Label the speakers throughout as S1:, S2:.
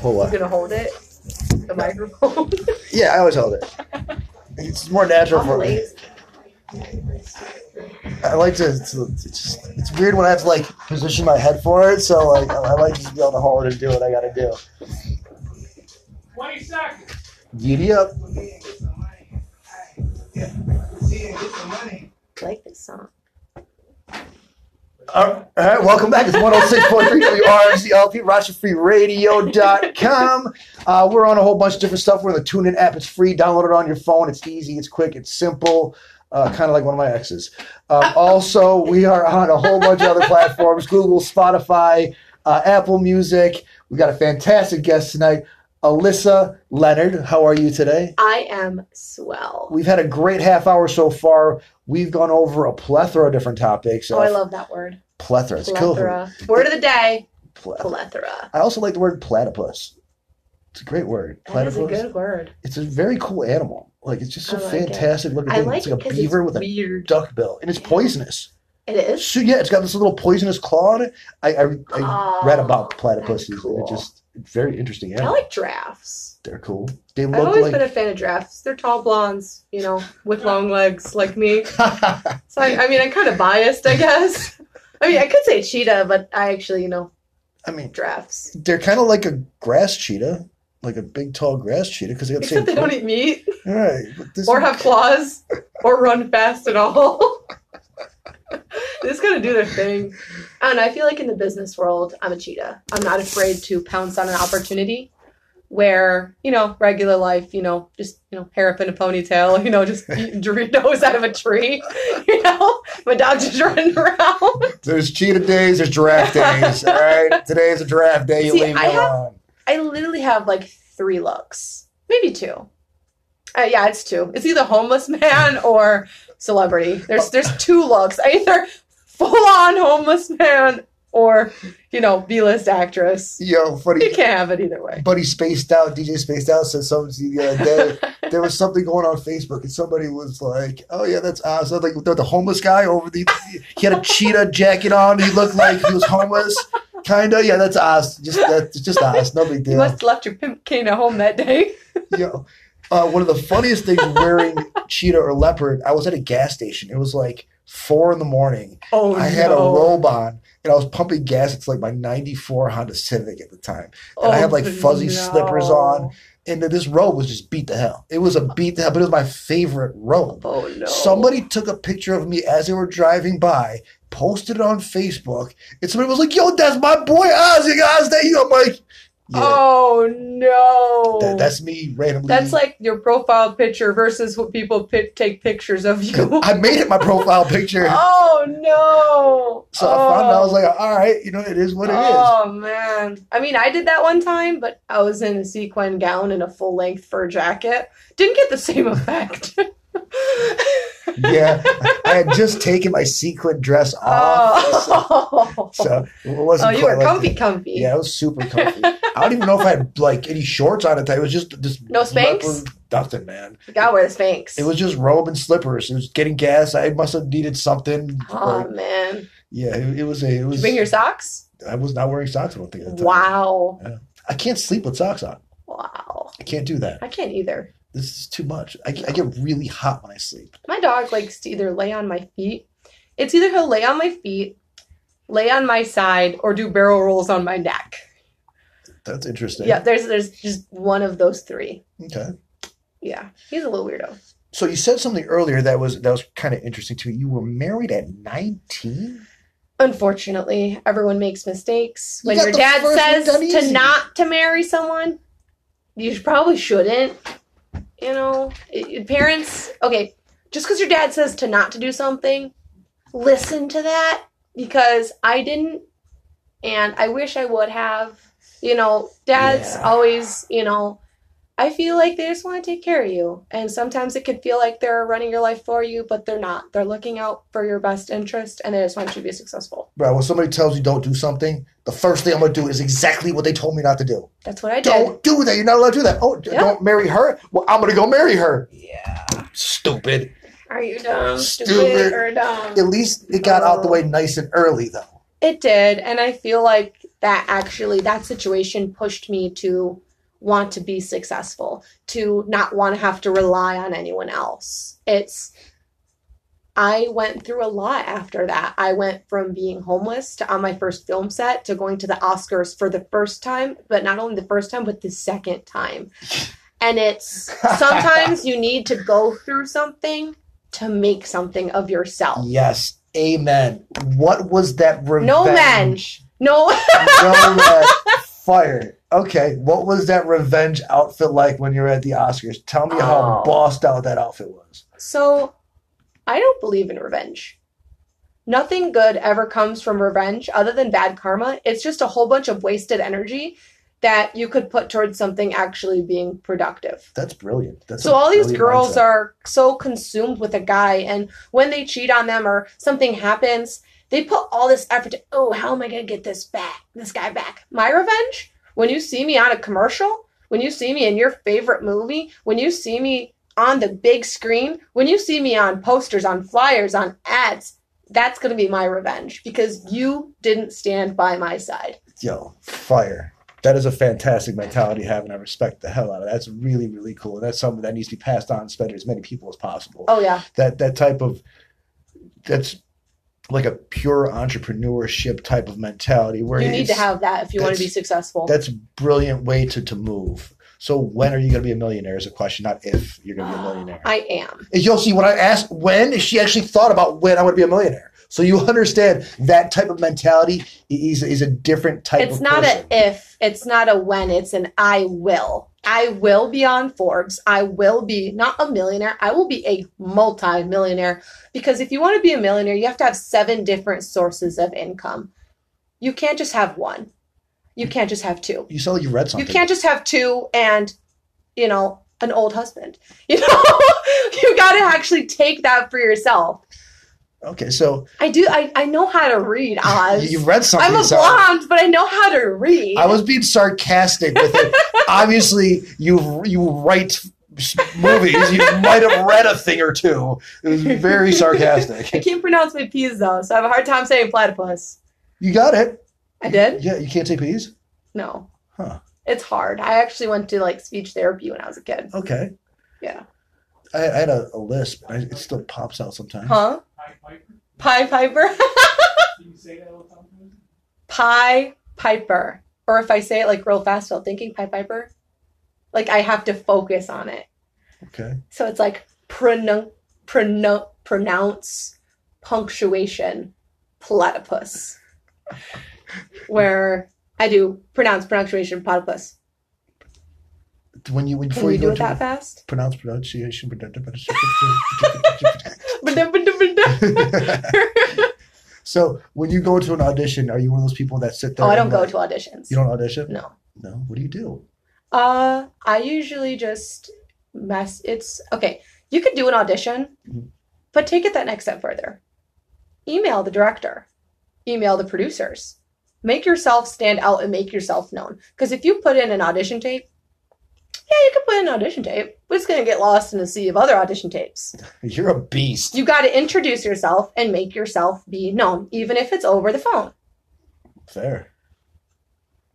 S1: Hold
S2: I'm
S1: what?
S2: gonna hold it. The microphone.
S1: Yeah, I always hold it. It's more natural
S2: I'm
S1: for me.
S2: lazy.
S1: I like to. It's, it's, just, it's weird when I have to like position my head for it. So like, I like to just be able to hold it and do what I gotta do.
S3: 20 seconds.
S1: Giddy up.
S2: I like this song.
S1: All right, welcome back. It's 106.3 WRCLP, RochesterFreeRadio.com. Uh, we're on a whole bunch of different stuff. We're on the TuneIn app. It's free. Download it on your phone. It's easy. It's quick. It's simple. Uh, kind of like one of my exes. Um, also, we are on a whole bunch of other platforms Google, Spotify, uh, Apple Music. We got a fantastic guest tonight, Alyssa Leonard. How are you today?
S2: I am swell.
S1: We've had a great half hour so far. We've gone over a plethora of different topics. Uh,
S2: oh, I
S1: of-
S2: love that word.
S1: Plethora. It's a cool.
S2: Plethora. Word of the day.
S1: Plethora.
S2: Plethora.
S1: I also like the word platypus. It's a great word.
S2: That
S1: Platypus.
S2: is a good word.
S1: It's a very cool animal. Like it's just so
S2: I like it.
S1: fantastic looking
S2: I
S1: thing.
S2: like
S1: it's
S2: it
S1: like a
S2: 'cause
S1: beaver
S2: it's
S1: with a
S2: weird.
S1: duck bill, and it's
S2: Yeah.
S1: poisonous.
S2: It is.
S1: So yeah, it's got this little poisonous claw on it. I I, I
S2: Oh,
S1: read about
S2: that's
S1: platypuses.
S2: cool.
S1: and It just very interesting
S2: I
S1: animal.
S2: like giraffes.
S1: They're cool. They
S2: I've
S1: look
S2: always
S1: like.
S2: been a fan of giraffes. They're tall blondes, you know, with long legs like me. So I, I mean, I'm kind of biased, I guess. I mean, I could say cheetah, but I actually, you know,
S1: I mean,
S2: giraffes.
S1: they're kind of like a grass cheetah, like a big tall grass cheetah, because they got the same.
S2: Except they don't eat meat
S1: All right, but this
S2: or have claws or run fast at all. they just gotta do their thing. I don't know. I feel like in the business world, I'm a cheetah. I'm not afraid to pounce on an opportunity. Where you know regular life, you know, just you know, hair up in a ponytail, you know, just eating Doritos out of a tree, you know, my dog just running around.
S1: There's cheetah days, there's giraffe days. All right, today's a giraffe day. You
S2: See,
S1: leave me
S2: I have-
S1: alone.
S2: I literally have like three looks, maybe two. Uh, yeah, it's two. It's either homeless man or celebrity. There's there's two looks. I either full on homeless man or you know B list actress.
S1: Yo, funny.
S2: You can't have it either way.
S1: buddy spaced out, DJ spaced out said something the other day. there was something going on Facebook, and somebody was like, "Oh yeah, that's odd." So like the, the homeless guy over the, he had a cheetah jacket on. He looked like he was homeless, kinda. Yeah, that's Oz. Just that's just Oz. No big
S2: You
S1: deal.
S2: must have left your pimp cane at home that day.
S1: Yo, uh, one of the funniest things wearing cheetah or leopard. I was at a gas station. It was like four in the morning.
S2: Oh
S1: I had
S2: no.
S1: a robe on and I was pumping gas. It's like my 94 Honda Civic at the time.
S2: Oh,
S1: I had, like, fuzzy
S2: no.
S1: slippers on. And then this robe was just beat to hell. It was a beat to hell, but it was my favorite robe.
S2: Oh no!
S1: Somebody took a picture of me as they were driving by, posted it on Facebook, and somebody was like, Yo, that's my boy Ozzy Oz that you. I'm like, Yeah,
S2: Oh no!
S1: that- that's me randomly.
S2: Oh. That's like your profile picture versus what people pi- take pictures of you.
S1: I made it my profile picture.
S2: Oh no!
S1: So
S2: oh.
S1: I found it. I was like, all right, you know, it is what it is.
S2: Oh man! I mean, I did that one time, but I was in a sequin gown and a full length fur jacket. Didn't get the same effect.
S1: Yeah. I had just taken my sequin dress off.
S2: oh,
S1: Ah, So it wasn't
S2: oh, you
S1: quite
S2: were
S1: like
S2: comfy,
S1: that.
S2: comfy.
S1: Yeah, it was super comfy. I don't even know if I had like any shorts on at the time. It was just this
S2: No Spanx?
S1: leopard- nothing, man.
S2: You gotta wear the Spanx.
S1: It was just robe and slippers. It was getting gas. I must have needed something.
S2: Oh
S1: Like,
S2: man! Did
S1: yeah, it, it was a. It
S2: you
S1: was.
S2: bring your socks?
S1: I was not wearing socks. I don't think at the time.
S2: Wow!
S1: I can't sleep with socks on.
S2: Wow!
S1: I can't do that.
S2: I can't either.
S1: This is too much. I, I get really hot when I sleep.
S2: My dog likes to either lay on my feet. It's either he'll lay on my feet, lay on my side, or do barrel rolls on my neck.
S1: That's interesting.
S2: Yeah, there's there's just one of those three.
S1: Okay.
S2: Yeah, he's a little weirdo.
S1: So you said something earlier that was that was kind of interesting to me. You were married at nineteen.
S2: Unfortunately, everyone makes mistakes.
S1: You
S2: When
S1: got
S2: your
S1: the
S2: dad
S1: first one done
S2: says to
S1: easy.
S2: not to marry someone, you probably shouldn't. You know, I- parents. Okay, just because your dad says to not to do something, listen to that because I didn't, and I wish I would have. You know, dads
S1: Yeah.
S2: always. You know, I feel like they just want to take care of you, and sometimes it can feel like they're running your life for you, but they're not. They're looking out for your best interest, and they just want you to be successful.
S1: Bro, when somebody tells you don't do something, the first thing I'm gonna do is exactly what they told me not to do.
S2: That's what I did.
S1: Don't do that. You're not allowed to do that. Oh, d
S2: Yeah.
S1: don't marry her. Well, I'm gonna go marry her.
S2: Yeah.
S1: Stupid.
S2: Are you dumb, stupid,
S1: Stupid.
S2: or dumb? Oh.
S1: At least it got out the way nice and early, though.
S2: It did, and I feel like that actually that situation pushed me to want to be successful, to not want to have to rely on anyone else. It's I went through a lot after that. I went from being homeless to on my first film set to going to the Oscars for the first time, but not only the first time, but the second time. And it's sometimes you need to go through something to make something of yourself.
S1: Yes. Amen. What was that revenge?
S2: No men. No,
S1: Throw that fire. Okay, what was that revenge outfit like when you were at the Oscars? Tell me how
S2: Oh.
S1: bossed out that outfit was.
S2: so I don't believe in revenge. Nothing good ever comes from revenge other than bad karma. It's just a whole bunch of wasted energy that you could put towards something actually being productive.
S1: That's brilliant. That's
S2: so all these girls are so consumed with a guy and when they cheat on them or something happens they put all this effort to oh how am i going to get this back this guy back my revenge when you see me on a commercial when you see me in your favorite movie when you see me on the big screen when you see me on posters on flyers on ads that's going to be my revenge because you didn't stand by my side
S1: yo fire. That is a fantastic mentality to have, and I respect the hell out of. That. That's really really cool, and that's something that needs to be passed on spread to as many people as possible.
S2: oh yeah
S1: That that type of that's like a pure entrepreneurship type of mentality where
S2: you need to
S1: it's-
S2: have that if you want to
S1: that's-
S2: be successful
S1: That's a brilliant way to, to move. So when are you going to be a millionaire is a question, not if you're going to be a millionaire.
S2: i am
S1: And You'll see when I asked when, she actually thought about when I would be a millionaire. So you understand that type of mentality is, is a different type
S2: it's
S1: of
S2: not
S1: person.
S2: a if it's not a when it's an i will i will be on forbes i will be not a millionaire i will be a multi-millionaire because if you want to be a millionaire you have to have seven different sources of income you can't just have one you can't just have two
S1: you sound like you read
S2: you
S1: something.
S2: can't just have two and you know an old husband you know you got to actually take that for yourself
S1: Okay, so
S2: i do i, I know how to read oz
S1: you read something.
S2: i'm a
S1: so-
S2: blonde but i know how to read
S1: I was being sarcastic with it. Obviously, you you write s- movies. You might have read a thing or two. It was very
S2: I
S1: sarcastic.
S2: can't pronounce my P's though, so I have a hard time saying platypus.
S1: You got it.
S2: I did?
S1: Yeah, you can't take peas.
S2: No.
S1: Huh.
S2: It's hard. I actually went to like speech therapy when I was a kid.
S1: Okay.
S2: Yeah.
S1: I, I had a, a lisp. I, it still pops out sometimes.
S2: Huh? Pie Piper? Pie Piper. Or if I say it like real fast while thinking Pie Piper, like I have to focus on it.
S1: Okay.
S2: So it's like pronoun pronoun pronounce punctuation platypus. Where I do pronounce punctuation platypus.
S1: When you when,
S2: Can
S1: before
S2: you
S1: you
S2: do
S1: go
S2: it that
S1: to
S2: fast?
S1: pronounce pronunciation. pronunciation- so when you go to an audition, are you one of those people that sit there?
S2: Oh, I don't
S1: and,
S2: go
S1: like,
S2: to auditions.
S1: You don't audition?
S2: No.
S1: No. What do you do?
S2: Uh, I usually just mess. It's okay. You could do an audition,
S1: Mhm.
S2: but take it that next step further. Email the director, email the producers. Make yourself stand out and make yourself known. Because if you put in an audition tape, yeah, you could put in an audition tape. but It's going to get lost in the sea of other audition tapes.
S1: You're a beast.
S2: You got to introduce yourself and make yourself be known, even if it's over the phone.
S1: Fair.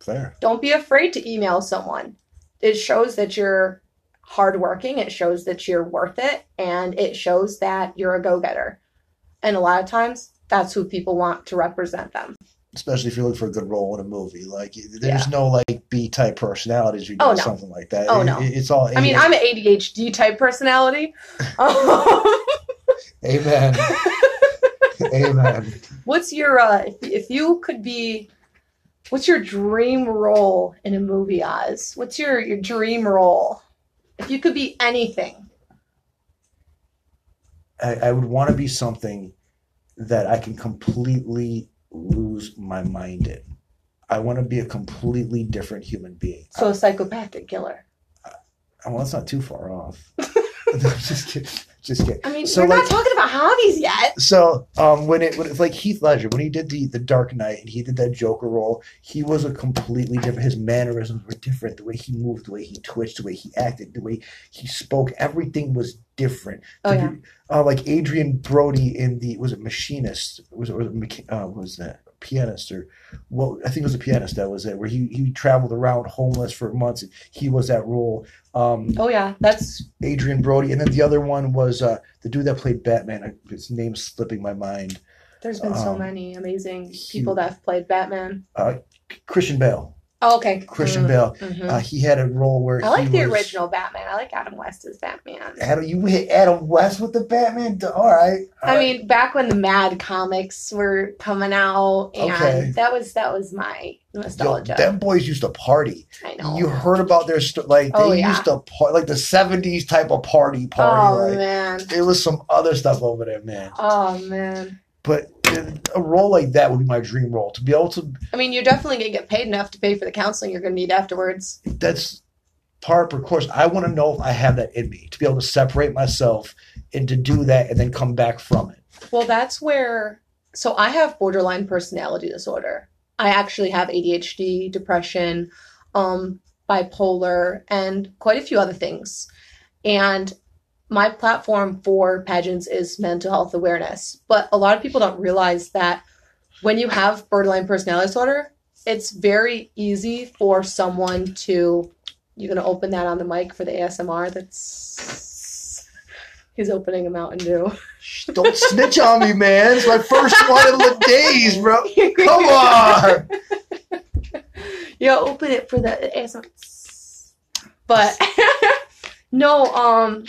S1: Fair.
S2: Don't be afraid to email someone. It shows that you're hardworking, it shows that you're worth it, and it shows that you're a go getter. And a lot of times, that's who people want to represent them.
S1: Especially if you're looking for a good role in a movie. Like there's no like B type personalities or
S2: Oh,
S1: doing
S2: no.
S1: something like that.
S2: Oh,
S1: It-
S2: no.
S1: it- it's all
S2: I mean,
S1: amen.
S2: I'm an ADHD type personality. Um,
S1: Amen. Amen.
S2: what's your, uh, if, if you could be, what's your dream role in a movie, Oz? What's your, your dream role? If you could be anything,
S1: I, I would want to be something that I can completely lose my mind in. I want to be a completely different human being.
S2: so a psychopathic killer.
S1: I, well, that's not too far off. just kidding. Just kidding.
S2: I mean,
S1: So,
S2: we're
S1: like-
S2: not talking about hobbies yet.
S1: So, um, when it, when it's like Heath Ledger, when he did the the Dark Knight and he did that Joker role, he was a completely different. His mannerisms were different. The way he moved, the way he twitched, the way he acted, the way he spoke, everything was different.
S2: Oh,
S1: To
S2: yeah.
S1: be- uh, like Adrian Brody in the was it Machinist? Was it, was it Mecha- uh, what was that pianist or what I think it was a pianist that was it, where he he traveled around homeless for months. He was that role. Um,
S2: Oh yeah, that's
S1: Adrian Brody, and then the other one was uh, the dude that played Batman. I- His name's slipping my mind.
S2: there's been so
S1: Um,
S2: many amazing
S1: he-
S2: people that have played Batman.
S1: Christian Bale.
S2: Oh okay,
S1: Christian
S2: Mm,
S1: Bale.
S2: mhm.
S1: Uh, he had a role where
S2: I like
S1: he
S2: the
S1: was-
S2: original Batman. I like Adam West as Batman.
S1: Adam, you hit Adam West with the Batman. All right. all
S2: I
S1: right.
S2: mean, back when the Mad comics were coming out, and
S1: Okay.
S2: that was that was my
S1: Yo,
S2: nostalgia.
S1: them boys used to party.
S2: I know.
S1: You heard about their st- like they
S2: Oh, yeah.
S1: used to par- like the seventies type of party party.
S2: oh
S1: like
S2: man.
S1: it was some other stuff over there, man.
S2: Oh man.
S1: But uh, a role like that would be my dream role to be able to.
S2: I mean, you're definitely gonna get paid enough to pay for the counseling you're gonna need afterwards.
S1: That's part of course. I want to know if I have that in me to be able to separate myself and to do that and then come back from it.
S2: Well, that's where. So I have borderline personality disorder. I actually have ADHD, depression, um, bipolar, and quite a few other things. And my platform for pageants is mental health awareness. But a lot of people don't realize that when you have borderline personality disorder, it's very easy for someone to. You're going to open that on the mic for the ASMR. That's. He's opening a Mountain Dew.
S1: Don't snitch on me, man. It's my first one in the days, bro. Come on.
S2: yeah, open it for the ASMR. But no, um,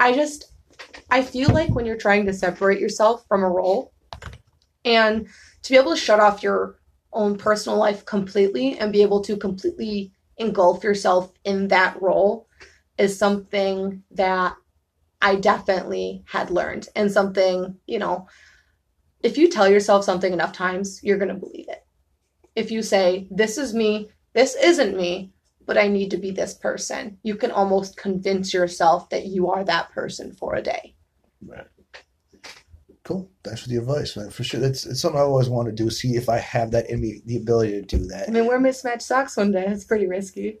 S2: I just I feel like when you're trying to separate yourself from a role, and to be able to shut off your own personal life completely and be able to completely engulf yourself in that role is something that I definitely had learned and something, you know, if you tell yourself something enough times, you're going to believe it if you say, This is me, this isn't me, but I need to be this person, you can almost convince yourself that you are that person for a day.
S1: Cool. Thanks for the advice, man. For sure. That's it's something I always want to do. See if I have that in me, the ability to do
S2: I
S1: that.
S2: mean, wear mismatched socks one day. It's pretty risky.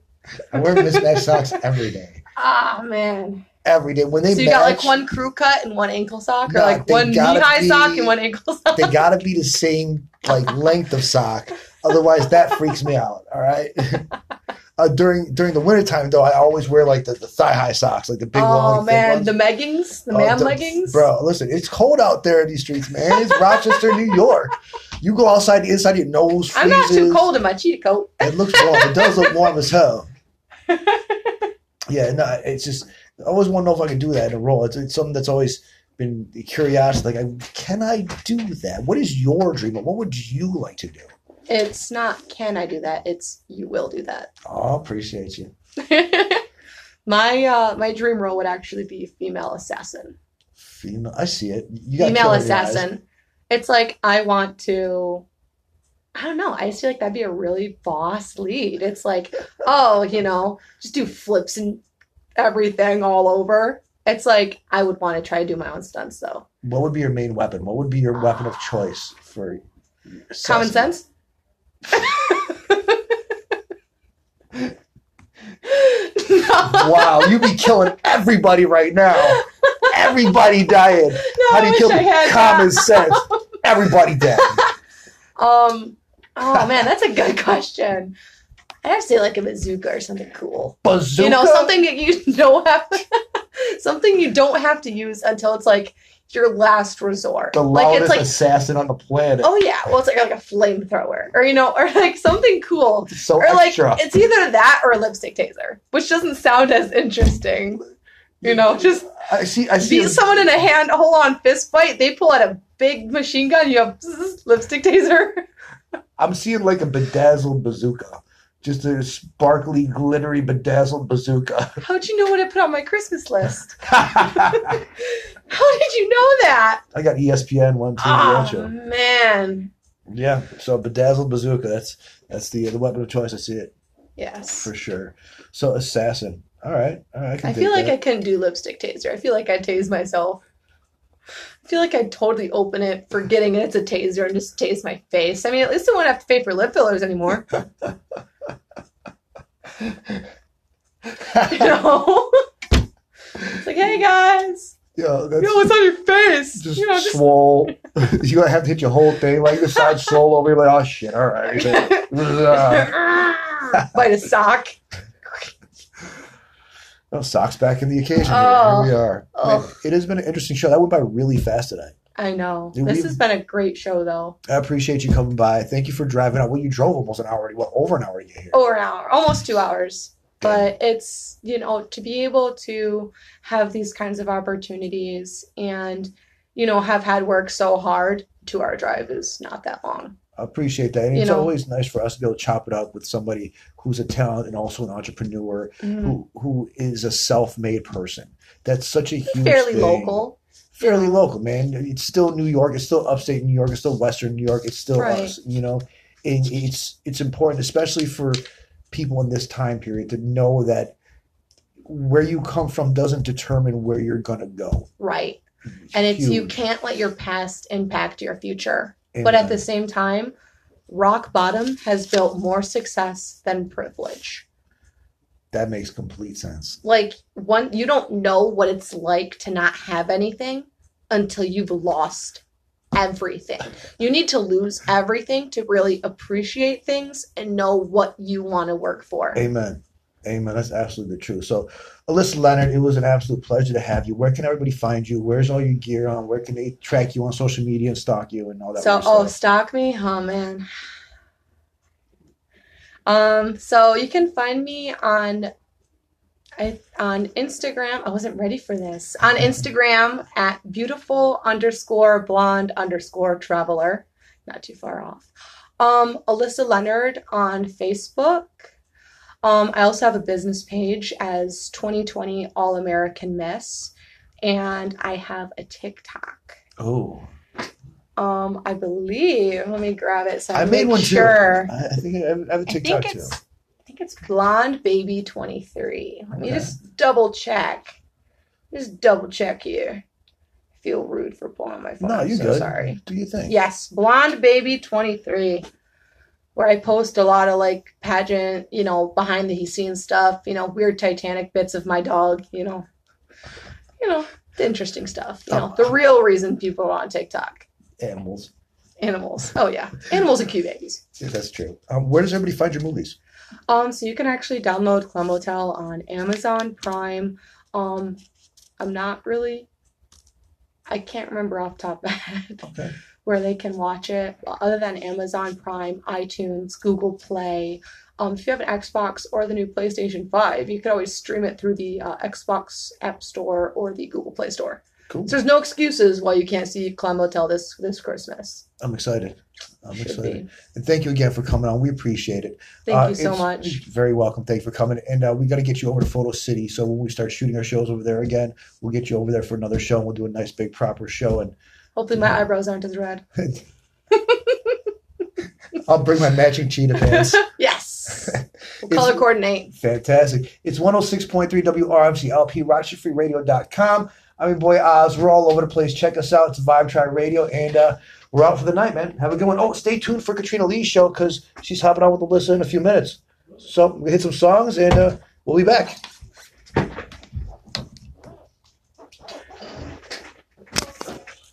S1: I wear mismatched socks every day.
S2: Ah, man.
S1: Every day. When they
S2: so you
S1: match,
S2: got like one crew cut and one ankle sock, or
S1: Nah,
S2: like
S1: they
S2: one knee
S1: gotta
S2: high
S1: be-
S2: sock and one ankle sock?
S1: they gotta be the same like length of sock. Otherwise that freaks me out. All right. Uh, during during the wintertime though, I always wear like the, the thigh high socks, like the big long
S2: oh,
S1: thin
S2: man.
S1: ones.
S2: The meggings, the
S1: Oh,
S2: man
S1: the-
S2: leggings.
S1: Bro, listen, it's cold out there in these streets, man. It's Rochester, New York. You go outside, the inside your nose freezes.
S2: I'm not too cold in my cheetah coat.
S1: It looks warm. It does look warm as hell. Yeah, no, it's just I always want to know if I can do that in a role. It's, it's something that's always been the curiosity. Like, I, can I do that? What is your dream? What would you like to do?
S2: It's not can I do that, it's you will do that.
S1: Oh, I appreciate you.
S2: my uh my dream role would actually be female assassin.
S1: Female, I see it. You got
S2: Female
S1: killer eyes.
S2: assassin. It's like I want to I don't know. I just feel like that'd be a really boss lead. It's like, oh, you know, just do flips and everything all over. It's like I would want to try to do my own stunts though.
S1: What would be your main weapon? What would be your weapon of choice for
S2: Common
S1: assassin?
S2: sense. no,
S1: Wow, you be killing everybody right now. Everybody dying.
S2: no,
S1: How
S2: I
S1: do you
S2: wish
S1: kill
S2: I
S1: them?
S2: had
S1: common
S2: that.
S1: sense? Everybody dead.
S2: Um. Oh man, that's a good question. I'd have to say like a bazooka or something cool.
S1: Bazooka.
S2: You know, something that you don't have, something you don't have to use until it's like your last resort.
S1: The
S2: like
S1: loudest
S2: it's like,
S1: assassin on the planet.
S2: oh yeah, well it's like, like a flamethrower or you know, or like something cool.
S1: so
S2: Or like
S1: Oh, extra.
S2: it's either that or a lipstick taser, which doesn't sound as interesting. You know, just
S1: I see. I see.
S2: beat someone in a hand, hold on fist fight. They pull out a big machine gun. You have lipstick taser.
S1: I'm seeing like a bedazzled bazooka, just a sparkly, glittery, bedazzled bazooka.
S2: How'd you know what I put on my Christmas list?
S1: I
S2: How did you know that?
S1: got E ESPN one TV
S2: Oh,
S1: show.
S2: man.
S1: Yeah. So bedazzled bazooka. That's that's the the weapon of choice. I see it
S2: Yes.
S1: for sure. So assassin. All right. All right. I, can
S2: I feel
S1: dig
S2: like
S1: that.
S2: I couldn't do lipstick taser. I feel like I'd tase myself. I feel like I'd totally open it, forgetting it's a taser, and just tase my face. I mean, at least I wouldn't have to pay for lip fillers anymore. You know? it's like, hey, guys.
S1: Yeah, that's
S2: Yo, it's on your face.
S1: just
S2: you know, just
S1: swole. you gonna have to hit your whole thing like the side swole over. You're like, oh shit, all right. Ah.
S2: bite a sock.
S1: No socks back in the occasion. Here.
S2: Oh.
S1: Here we are. Man,
S2: Oh.
S1: it has been an interesting show. That went by really fast tonight.
S2: I know.
S1: Dude,
S2: this
S1: we-
S2: has been a great show, though.
S1: I appreciate you coming by. Thank you for driving out. Well, you drove almost an hour, well, over an hour to get here.
S2: Over an hour, almost two hours. But it's, you know, to be able to have these kinds of opportunities and, you know, have had work so hard, two hour drive is not that long.
S1: I appreciate that. And
S2: You
S1: it's
S2: know.
S1: always nice for us to be able to chop it up with somebody who's a talent and also an entrepreneur
S2: Mm-hmm.
S1: who, who is a self made person. That's such a huge
S2: Fairly
S1: thing.
S2: local.
S1: Fairly local, man. It's still New York. It's still upstate New York. It's still Western New York. It's still
S2: Right.
S1: us, you know? And it's, it's important, especially for people in this time period, to know that where you come from doesn't determine where you're going to go.
S2: Right. And it's, you
S1: Huge.
S2: can't let your past impact your future.
S1: And,
S2: But
S1: uh,
S2: at the same time, rock bottom has built more success than privilege.
S1: That makes complete sense.
S2: Like one you don't know what it's like to not have anything until you've lost everything. You need to lose everything to really appreciate things and know what you want to work for.
S1: Amen. Amen. That's absolutely the truth. So, Alyssa Leonard, it was an absolute pleasure to have you. Where can everybody find you? Where's all your gear on? Where can they track you on social media and stalk you and all that?
S2: So,
S1: weird
S2: oh,
S1: stuff?
S2: stalk me, oh man. Um, so you can find me on, I on Instagram. I wasn't ready for this. On Instagram at beautiful underscore blonde underscore traveler. Not too far off. Um, Alyssa Leonard on Facebook. Um, I also have a business page as 2020 All American Miss, and I have a TikTok.
S1: oh,
S2: Um, I believe. Let me grab it. So I,
S1: I made
S2: make
S1: one too.
S2: sure.
S1: I, I think I have, I have a
S2: I think
S1: TikTok too.
S2: it's. I think it's blonde baby twenty three. Let me
S1: Okay.
S2: just double check. Just double check here. I feel rude for pulling my phone.
S1: No,
S2: I'm
S1: you
S2: so
S1: good.
S2: Sorry.
S1: Do you think?
S2: Yes, blonde baby twenty three. Where I post a lot of like pageant, you know, behind the scenes stuff, you know, weird Titanic bits of my dog, you know, you know, the interesting stuff, you know,
S1: Oh.
S2: the real reason people are on TikTok.
S1: Animals.
S2: Animals. Oh yeah, animals and cute babies.
S1: Yeah, that's true. Um, where does everybody find your movies?
S2: Um, so you can actually download Clem Hotel on Amazon Prime. Um, I'm not really. I can't remember off the top of my head
S1: Okay.
S2: where they can watch it. Well, other than Amazon Prime, iTunes, Google Play. Um, if you have an Xbox or the new PlayStation 5, you can always stream it through the uh, Xbox App Store or the Google Play Store.
S1: Cool.
S2: So there's no excuses why you can't see Clem Hotel this this Christmas.
S1: I'm excited. I'm
S2: Should
S1: excited.
S2: be.
S1: And thank you again for coming on. We appreciate it.
S2: Thank
S1: Uh,
S2: you so
S1: it's-
S2: much.
S1: you're Very welcome. Thanks for coming. And uh, we got to get you over to Photo City. So when we start shooting our shows over there again, we'll get you over there for another show and we'll do a nice big proper show. And
S2: Hopefully my eyebrows aren't as red.
S1: I'll bring my matching cheetah pants.
S2: yes. We'll
S1: It's-
S2: color coordinate.
S1: Fantastic. It's 106.3 WRMC LP, RochesterFreeRadio.com. I'm your boy Oz. We're all over the place. Check us out. It's Vibe Tribe Radio. And uh, we're out for the night, man. Have a good one. Oh, stay tuned for Katrina Lee's show because she's hopping on with Alyssa in a few minutes. So we hit some songs and uh, we'll be back.